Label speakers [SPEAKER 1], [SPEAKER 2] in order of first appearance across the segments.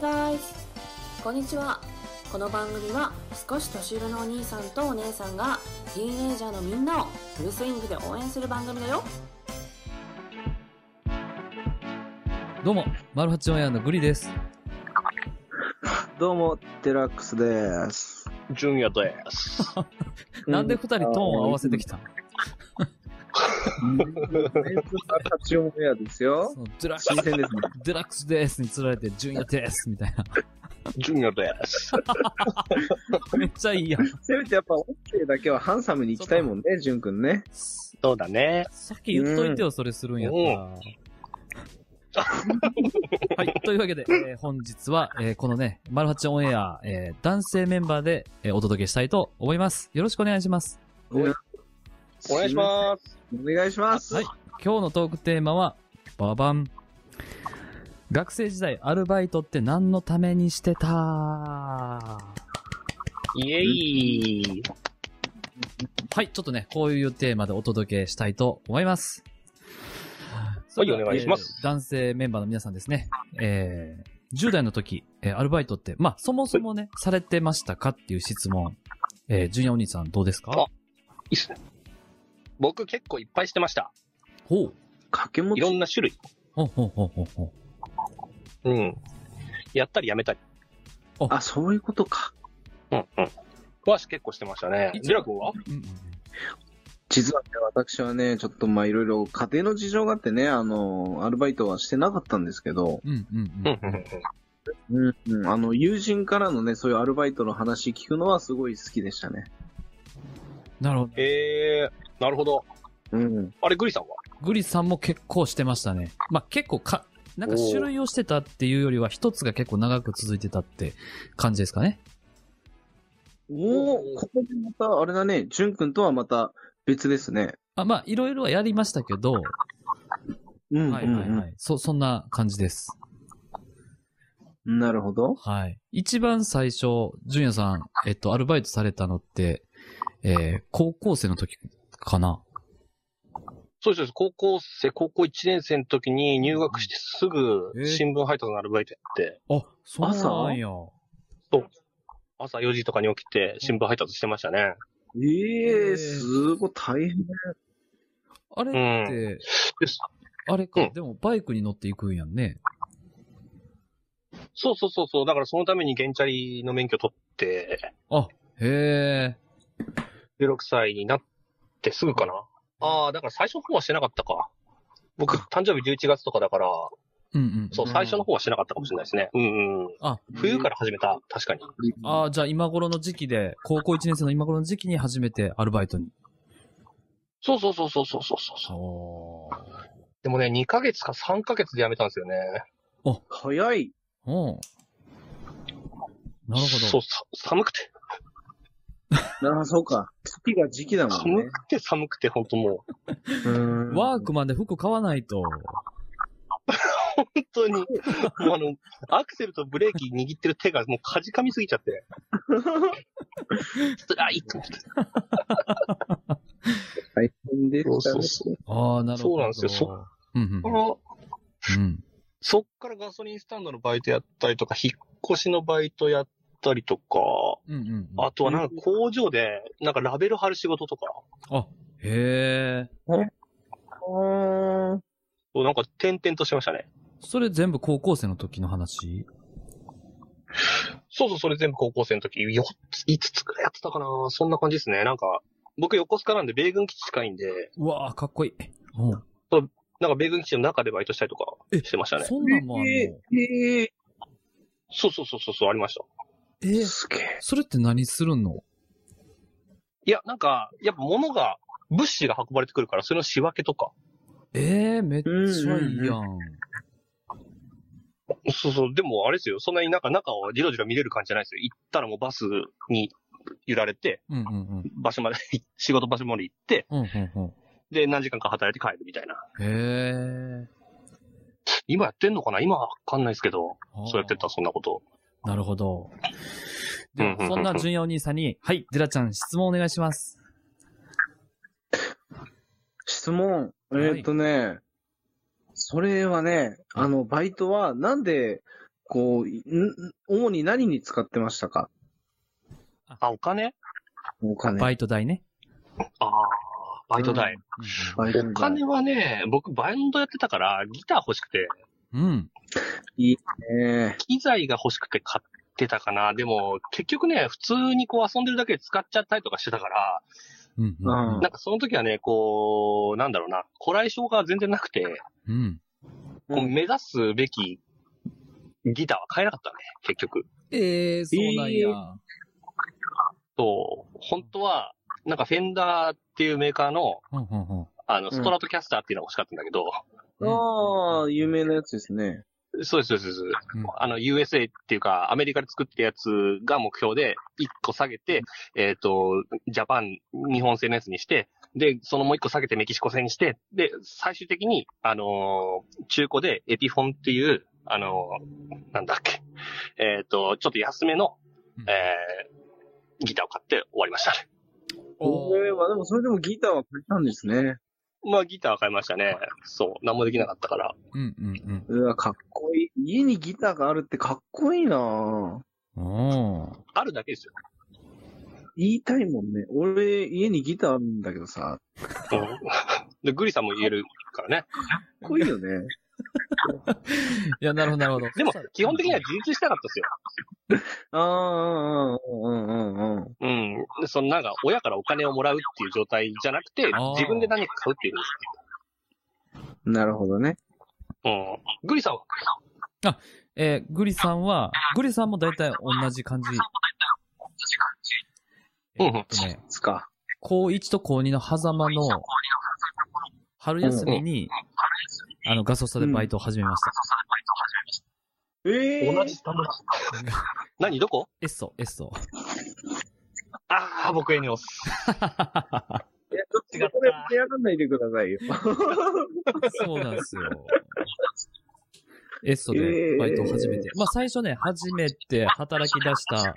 [SPEAKER 1] guys! こんにちは。この番組は少し年上のお兄さんとお姉さんがティーンエイジャーのみんなをフルスイングで応援する番組だよ。
[SPEAKER 2] どうも、マルハチオンエアのグリです。
[SPEAKER 3] どうも、テラックスです。
[SPEAKER 4] 純也です。
[SPEAKER 2] なんで二人トーンを合わせてきたの
[SPEAKER 3] タチオペアですよ
[SPEAKER 2] そ。のデラック
[SPEAKER 3] 新
[SPEAKER 2] ス、
[SPEAKER 3] 鮮ですね。
[SPEAKER 2] デラックスですに釣られて、ジュンヤですみたいな。
[SPEAKER 4] 純也です。
[SPEAKER 2] めっちゃいいやん。
[SPEAKER 3] せめてやっぱ、オッケーだけはハンサムに行きたいもんね、ジュン君ね。
[SPEAKER 2] さ
[SPEAKER 4] そうだね。
[SPEAKER 2] っき言っといてよ、それするんやったら。 はい。というわけで、えー本日は、えーこのね、マルハチオンエア、えー男性メンバーで、えーお届けしたいと思います。よろしくお願いします。
[SPEAKER 4] お願いします。
[SPEAKER 3] す。お願いします。
[SPEAKER 2] はい。今日のトークテーマは、ババン。学生時代、アルバイトって何のためにしてた
[SPEAKER 4] イエイ。
[SPEAKER 2] はい、ちょっとね、こういうテーマでお届けしたいと思います。
[SPEAKER 4] はいお願いします
[SPEAKER 2] えー男性メンバーの皆さんですね。えー、10代の時、えーアルバイトって、まあ、そもそもね、されてましたかっていう質問。えー、ジュニアお兄さんどうですか
[SPEAKER 4] あいいっすね。僕結構いっぱいしてました。
[SPEAKER 2] ほう。
[SPEAKER 3] 掛け持
[SPEAKER 4] いろ
[SPEAKER 3] ち。
[SPEAKER 4] んな種類。
[SPEAKER 2] ほうほうほうほうほ
[SPEAKER 4] うん。やったりやめたり。
[SPEAKER 3] あ、そういうことか。
[SPEAKER 4] うんうん。は結構してましたね。ジュラ君は
[SPEAKER 2] う。うんうん
[SPEAKER 3] 実はね、私はね、ちょっとまあいろいろ家庭の事情があってね、あの、アルバイトはしてなかったんですけど、
[SPEAKER 2] うんうんうん。
[SPEAKER 4] ん。
[SPEAKER 3] うん、うん、あの、友人からのね、そういうアルバイトの話聞くのはすごい好きでしたね。
[SPEAKER 2] なるほど。
[SPEAKER 4] えー、なるほど。
[SPEAKER 3] うん。
[SPEAKER 4] あれ、グリさんは
[SPEAKER 2] グリさんも結構してましたね。まあ、結構か、なんか種類をしてたっていうよりは、一つが結構長く続いてたって感じですかね。
[SPEAKER 3] おおここでまた、あれだね、ジュン君とはまた別ですね。
[SPEAKER 2] あまあ、いろいろはやりましたけど、
[SPEAKER 3] うん、
[SPEAKER 2] はいはい
[SPEAKER 3] うん
[SPEAKER 2] は
[SPEAKER 3] うん
[SPEAKER 2] い。そ、そんな感じです。
[SPEAKER 3] なるほど。
[SPEAKER 2] はい。一番最初、純也さん、えっと、アルバイトされたのって、えー高校生の時かな。
[SPEAKER 4] そうです。高校生、高校1年生の時に入学してすぐ
[SPEAKER 2] えー
[SPEAKER 4] 新聞配達のアルバイトやって、
[SPEAKER 2] あ、そう
[SPEAKER 3] なん
[SPEAKER 2] や。
[SPEAKER 4] 朝4時とかに起きて新聞配達してましたね。
[SPEAKER 3] ええ
[SPEAKER 2] えー
[SPEAKER 3] すごい大変。
[SPEAKER 2] あれって、
[SPEAKER 4] です
[SPEAKER 2] あれか、
[SPEAKER 4] うん
[SPEAKER 2] でもバイクに乗っていくんやんね。
[SPEAKER 4] そうそうそうそう。だからそのためにゲンチャリの免許取って、
[SPEAKER 2] へえ。
[SPEAKER 4] 16歳になってすぐかな。ああ、だから最初の方はしてなかったか。僕、誕生日11月とかだから、
[SPEAKER 2] うんうん。
[SPEAKER 4] そう、最初の方はしてなかったかもしれないですね。うんうん。
[SPEAKER 2] あ、
[SPEAKER 4] 冬から始めた、確かに。
[SPEAKER 2] あーじゃあ今頃の時期で、高校1年生の今頃の時期に初めてアルバイトに。
[SPEAKER 4] そうそうそうそうそうそうそう。
[SPEAKER 2] お
[SPEAKER 4] でもね、2ヶ月か3ヶ月で辞めたんですよね。
[SPEAKER 3] 早い。
[SPEAKER 2] おなるほ
[SPEAKER 4] そう
[SPEAKER 2] ど。
[SPEAKER 4] さ、寒くて、
[SPEAKER 3] ああ、そうか。月が時期だもんね
[SPEAKER 4] 寒。くて寒くて、ほんともう、
[SPEAKER 3] うん
[SPEAKER 2] ワークマンで服買わないと。
[SPEAKER 4] 本当に、もうあの、アクセルとブレーキ握ってる手がもうかじかみすぎちゃって、辛いと思って。
[SPEAKER 3] 大変でした
[SPEAKER 4] そう
[SPEAKER 3] ね。
[SPEAKER 4] そう
[SPEAKER 2] ああ、なるほど。
[SPEAKER 4] そうなんですよそ
[SPEAKER 2] うんうん。
[SPEAKER 4] そう。
[SPEAKER 2] うん。
[SPEAKER 4] そっからガソリンスタンドのバイトやったりとか、引っ越しのバイトやったりとか、
[SPEAKER 2] うんうんうん。
[SPEAKER 4] あとはなんか工場で、なんかラベル貼る仕事とか、
[SPEAKER 2] へえ。
[SPEAKER 3] あー
[SPEAKER 4] なんか転々としてましたね。
[SPEAKER 2] それ全部高校生の時の話
[SPEAKER 4] そうそう、それ全部高校生の時、4つ、5つくらいやってたかなそんな感じですね。なんか、僕横須賀なんで米軍基地近いんで、
[SPEAKER 2] うわあ、かっこいい。うん。
[SPEAKER 4] なんか米軍基地の中でバイトしたりとかしてましたね。
[SPEAKER 2] そんなんもあんの
[SPEAKER 3] えええ
[SPEAKER 4] そうそうそうそうそう、ありました。
[SPEAKER 2] え
[SPEAKER 3] ー
[SPEAKER 2] ー
[SPEAKER 3] すげえ。
[SPEAKER 2] それって何するの
[SPEAKER 4] いや、なんか、やっぱ物が、物資が運ばれてくるから、それの仕分けとか。
[SPEAKER 2] ええめっちゃいいやん。
[SPEAKER 4] そうそう、でもあれですよ、そんなになんか中をじろじろ見れる感じじゃないですよ。行ったらもうバスに揺られて、
[SPEAKER 2] うんうんうん。
[SPEAKER 4] 場所まで、 仕事場所まで行って、
[SPEAKER 2] うんうんうん。
[SPEAKER 4] で、何時間か働いて帰るみたいな。
[SPEAKER 2] へえ。
[SPEAKER 4] 今やってんのかな今はわかんないですけど、
[SPEAKER 2] あー
[SPEAKER 4] そうやってた、そんなこと。
[SPEAKER 2] なるほど。
[SPEAKER 4] うん
[SPEAKER 2] で
[SPEAKER 4] うんうんう
[SPEAKER 2] は、
[SPEAKER 4] ん
[SPEAKER 2] そんな純也お兄さんに、はい、デラちゃん質問お願いします。
[SPEAKER 3] 質問。え
[SPEAKER 2] はい
[SPEAKER 3] ーっとね、それはね、あの、バイトはなんでこう、ん主に何に使ってましたか
[SPEAKER 4] あ、お金
[SPEAKER 3] お金。
[SPEAKER 2] バイト代ね。
[SPEAKER 4] ああ、バイト代。
[SPEAKER 3] バイト代
[SPEAKER 4] お金はね、僕バンドやってたから、ギター欲しくて、
[SPEAKER 2] うん。
[SPEAKER 3] ね
[SPEAKER 4] 機材が欲しくて買ってたかな。でも、結局ね、普通にこう遊んでるだけで使っちゃったりとかしてたから、
[SPEAKER 2] うん。うん。
[SPEAKER 4] なんかその時はね、こう、なんだろうな、こらえ性が全然なくて、
[SPEAKER 2] うん。
[SPEAKER 4] こう
[SPEAKER 3] うん
[SPEAKER 4] 目指すべきギターは買えなかったね、結局。
[SPEAKER 2] ええそうなんや。
[SPEAKER 4] そう、本当は、なんかフェンダーっていうメーカーの、
[SPEAKER 2] うんうんうん。
[SPEAKER 4] あの、
[SPEAKER 3] ん
[SPEAKER 4] ストラトキャスターっていうのが欲しかったんだけど、
[SPEAKER 3] え。ああ、有名なやつですね。
[SPEAKER 4] そうです、そうです、そうです
[SPEAKER 2] うん
[SPEAKER 4] あの、USA っていうか、アメリカで作ったやつが目標で、1個下げて、えっ、と、ジャパン、日本製のやつにして、で、そのもう1個下げてメキシコ製にして、で、最終的に、あのー中古でエピフォンっていう、あのーなんだっけ、えっ、と、ちょっと安めの、
[SPEAKER 2] うん
[SPEAKER 4] えーギターを買って終わりましたね。
[SPEAKER 2] お
[SPEAKER 3] ええまあでもそれでもギターは買ったんですね。
[SPEAKER 4] まあ、ギターは買いましたね。そう、なんもできなかったから。
[SPEAKER 2] うんうん
[SPEAKER 3] うわ、かっこいい。家にギターがあるってかっこいいなぁ
[SPEAKER 2] うん。おー
[SPEAKER 4] あるだけですよ。
[SPEAKER 3] 言いたいもんね。俺、家にギターあるんだけどさ、
[SPEAKER 4] で、グリさんも言えるからね。
[SPEAKER 3] かっこいいよね。
[SPEAKER 2] いや、なるほど、なるほど。
[SPEAKER 4] でも、基本的には自立したかったですよ。
[SPEAKER 3] ああ、うんうんうんうん。
[SPEAKER 4] うん。で、そのなんか、親からお金をもらうっていう状態じゃなくて
[SPEAKER 2] あー、
[SPEAKER 4] 自分で何か買うっていうんで
[SPEAKER 3] なるほどね。
[SPEAKER 4] すよ。うん。グリさんは、
[SPEAKER 2] えーグリさんは、グリさんも大体同じ感じ。
[SPEAKER 4] うんう
[SPEAKER 2] え
[SPEAKER 4] ん
[SPEAKER 2] ーっとね、
[SPEAKER 3] つか。
[SPEAKER 2] 高1と高2の狭間の、春休みに、あの、ガソスタでバイトを始めました。
[SPEAKER 3] ええ
[SPEAKER 4] 同じスタンド何どこ
[SPEAKER 2] エッソ、エッソ。
[SPEAKER 4] ああ、僕エネオス。
[SPEAKER 3] いや、ちょっとそこで盛り上がんないでくださいよ。
[SPEAKER 2] そうなんですよ。エッソでバイトを始めて。まあ最初ね、初めて働き出した、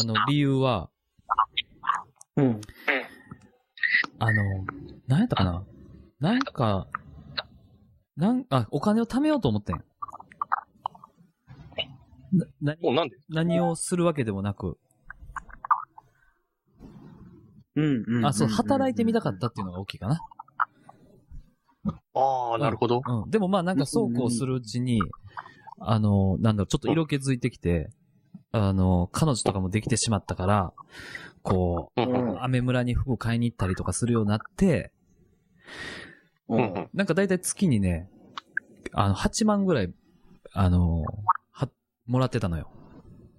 [SPEAKER 2] あの、理由は、
[SPEAKER 3] うん。
[SPEAKER 2] あの、なんやったかななんか、なん、あ、お金を貯めようと思ってん。な、何
[SPEAKER 4] もうなんで
[SPEAKER 2] 何をするわけでもなく、
[SPEAKER 3] うん、うん。
[SPEAKER 2] あ、そう、働いてみたかったっていうのが大きいかな。
[SPEAKER 4] ああ、なるほど。
[SPEAKER 2] うん。でもまあなんかそうこうするうちに、あの、なんだろう、ちょっと色気づいてきて、あの、彼女とかもできてしまったから、こ
[SPEAKER 4] う
[SPEAKER 3] うん
[SPEAKER 4] んうん
[SPEAKER 2] う、アメ村に服買いに行ったりとかするようになって、
[SPEAKER 3] う。
[SPEAKER 4] うん
[SPEAKER 3] うん。
[SPEAKER 4] うんん。
[SPEAKER 2] なんかだいたい月にね、あの、8万ぐらい、あの、は、もらってたのよ。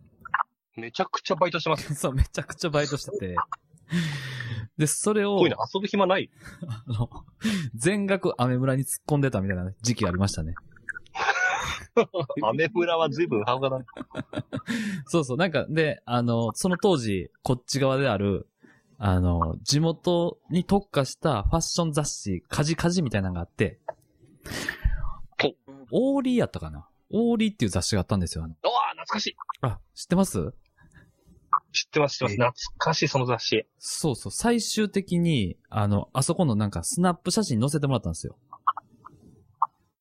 [SPEAKER 4] めちゃくちゃバイトしてます。
[SPEAKER 2] そう、めちゃくちゃバイトしてて。で、それ
[SPEAKER 4] こ
[SPEAKER 2] を
[SPEAKER 4] ういう、の遊ぶ暇ない。
[SPEAKER 2] あの、全額アメ村に突っ込んでたみたいな時期がありましたね。
[SPEAKER 4] アメ村は随分ハウがだね。
[SPEAKER 2] そうそう、なんか、で、あの、その当時、こっち側である、あの、地元に特化したファッション雑誌、カジカジみたいなのがあって
[SPEAKER 4] ほ、
[SPEAKER 2] オーリーやったかなオーリーっていう雑誌があったんですよ。あの
[SPEAKER 4] ああ、懐かしい。
[SPEAKER 2] あ、知ってます
[SPEAKER 4] 知ってます、知ってます。懐かしい、その雑誌。
[SPEAKER 2] そうそう、最終的に、あの、あそこのなんかスナップ写真載せてもらったんですよ。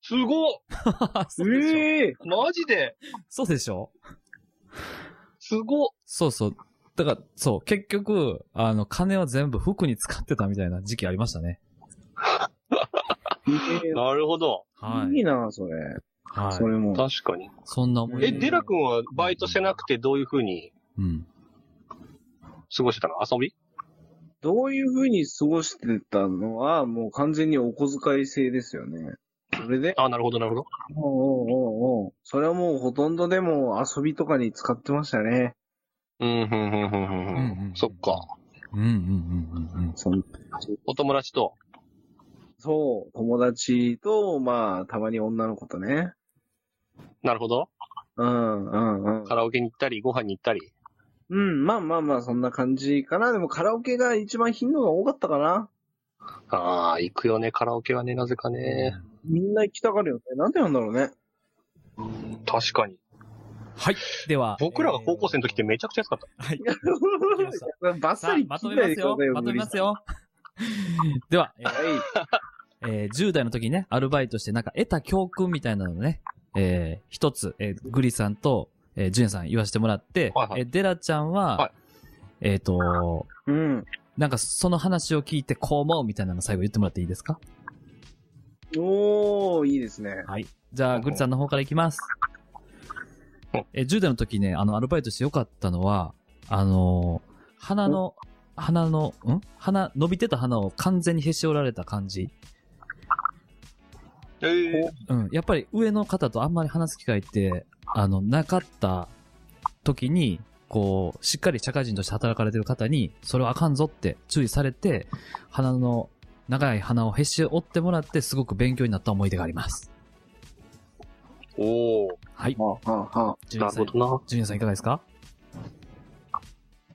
[SPEAKER 4] すごっ
[SPEAKER 2] そうでしょ
[SPEAKER 3] ええ
[SPEAKER 4] マジで
[SPEAKER 2] そうでしょ
[SPEAKER 4] すごっ
[SPEAKER 2] そうそう。だから、そう、結局、あの、金は全部服に使ってたみたいな時期ありましたね。
[SPEAKER 4] なるほど。
[SPEAKER 2] はいい。
[SPEAKER 3] いなそれ。
[SPEAKER 2] は
[SPEAKER 3] それも。
[SPEAKER 4] 確かに。
[SPEAKER 2] い。そんな思い出
[SPEAKER 4] え、デラ君はバイトしてなくてどういうふうに
[SPEAKER 2] うん。
[SPEAKER 4] 過ごしてたの遊び
[SPEAKER 3] どういうふうに過ごしてたのは、もう完全にお小遣い制ですよね。それで、
[SPEAKER 4] あ、なるほど、なるほど。
[SPEAKER 3] おうおうおうおうそれはもうほとんどでも遊びとかに使ってましたね。
[SPEAKER 4] うん、ふんふんふんふん
[SPEAKER 2] うんうん
[SPEAKER 4] そっか。
[SPEAKER 2] うんうんうんうんうん。
[SPEAKER 3] そん
[SPEAKER 4] お友達と。
[SPEAKER 3] そう、友達と、まあ、たまに女の子とね。
[SPEAKER 4] なるほど。
[SPEAKER 3] うん、うん、うん
[SPEAKER 4] カ。ラオケに行ったり、ご飯に行ったり。
[SPEAKER 3] うん、まあまあまあ、そんな感じかな。でもカラオケが一番頻度が多かったかな。
[SPEAKER 4] ああ、行くよね、カラオケはね、なぜかね。
[SPEAKER 3] みんな行きたがるよね。なんでなんだろうね。
[SPEAKER 4] 確かに。
[SPEAKER 2] はい。では。
[SPEAKER 4] 僕らが高校生の時ってめちゃくちゃ安かった。
[SPEAKER 2] はい。まし
[SPEAKER 3] バッ
[SPEAKER 2] さ
[SPEAKER 3] サ
[SPEAKER 2] あ
[SPEAKER 3] リ、
[SPEAKER 2] まと
[SPEAKER 3] 切ん
[SPEAKER 2] め
[SPEAKER 3] な
[SPEAKER 2] ま
[SPEAKER 3] いですく
[SPEAKER 2] よ
[SPEAKER 3] ださい。
[SPEAKER 2] まとめます。
[SPEAKER 3] は
[SPEAKER 2] よ。では、
[SPEAKER 3] い。
[SPEAKER 2] えーえー10代の時にね、アルバイトしてなんか得た教訓みたいなのをね、えー一つ、えーグリさんと、えージュンさん言わせてもらって、
[SPEAKER 4] はいはい
[SPEAKER 2] えーデラちゃんは、
[SPEAKER 4] はい
[SPEAKER 2] えっ、と、
[SPEAKER 3] うん。
[SPEAKER 2] なんかその話を聞いてこう思うみたいなの最後言ってもらっていいですか
[SPEAKER 3] おー、いいですね。
[SPEAKER 2] じゃ
[SPEAKER 4] う
[SPEAKER 2] あ、
[SPEAKER 4] ん
[SPEAKER 2] グリさんの方からいきます
[SPEAKER 4] うん。
[SPEAKER 2] えー、10代の時ね、あの、アルバイトしてよかったのは、あのー鼻の、鼻の、ん鼻、伸びてた鼻を完全にへし折られた感じ。
[SPEAKER 4] えー
[SPEAKER 2] うん。やっぱり上の方とあんまり話す機会って、あの、なかった時に、こう、しっかり社会人として働かれてる方に、それはあかんぞって注意されて、鼻の、長い鼻をへし折ってもらって、すごく勉強になった思い出があります。
[SPEAKER 4] おー
[SPEAKER 2] はい。
[SPEAKER 3] はあ、はあ、はあ。
[SPEAKER 2] ジュニ
[SPEAKER 4] な
[SPEAKER 2] ア
[SPEAKER 4] る
[SPEAKER 2] さ
[SPEAKER 4] ほ
[SPEAKER 2] ん、
[SPEAKER 4] どな。
[SPEAKER 2] ジュニアさんいかがですか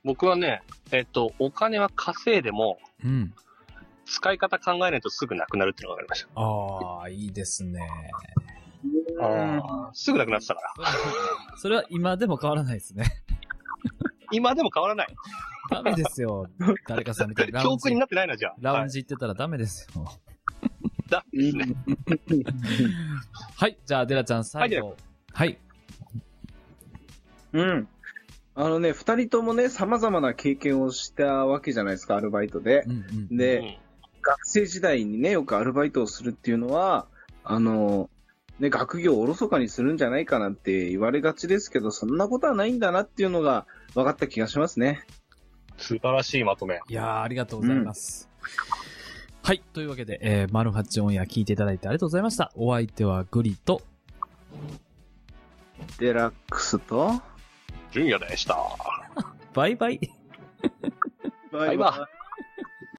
[SPEAKER 4] 僕はね、えっと、お金は稼いでも、
[SPEAKER 2] うん。
[SPEAKER 4] 使い方考えないとすぐなくなるっていうのが分かりまし
[SPEAKER 2] ああ、いいですね。
[SPEAKER 4] た。あーすぐなくなってたから。
[SPEAKER 2] それは今でも変わらないですね。
[SPEAKER 4] 今でも変わらない。
[SPEAKER 2] ダメですよ。誰かさんみたいな。ラウ
[SPEAKER 4] 教
[SPEAKER 2] ン
[SPEAKER 4] 訓に
[SPEAKER 2] ジ
[SPEAKER 4] なってないな、じゃあ。
[SPEAKER 2] ラウ
[SPEAKER 4] は
[SPEAKER 2] ン
[SPEAKER 4] い
[SPEAKER 2] ジ行ってたらダメですよ。
[SPEAKER 4] だですね。
[SPEAKER 2] はい。じゃあ、デラちゃん最後。はい。
[SPEAKER 3] うん。あのね、二人ともね、様々な経験をしたわけじゃないですか、アルバイトで
[SPEAKER 2] う。んうん。
[SPEAKER 4] う
[SPEAKER 3] で、
[SPEAKER 4] ん
[SPEAKER 3] 学生時代にね、よくアルバイトをするっていうのは、あの、ね、学業をおろそかにするんじゃないかなって言われがちですけど、そんなことはないんだなっていうのが分かった気がしますね。
[SPEAKER 4] 素晴らしいまとめ。
[SPEAKER 2] いやー、ありがとうございます。はい。というわけで、えー、マルハチオンエア聞いていただいてありがとうございました。お相手はグリと、
[SPEAKER 3] デラックスと、
[SPEAKER 4] 純也でした。
[SPEAKER 2] バイバイ。
[SPEAKER 3] バ
[SPEAKER 4] イバ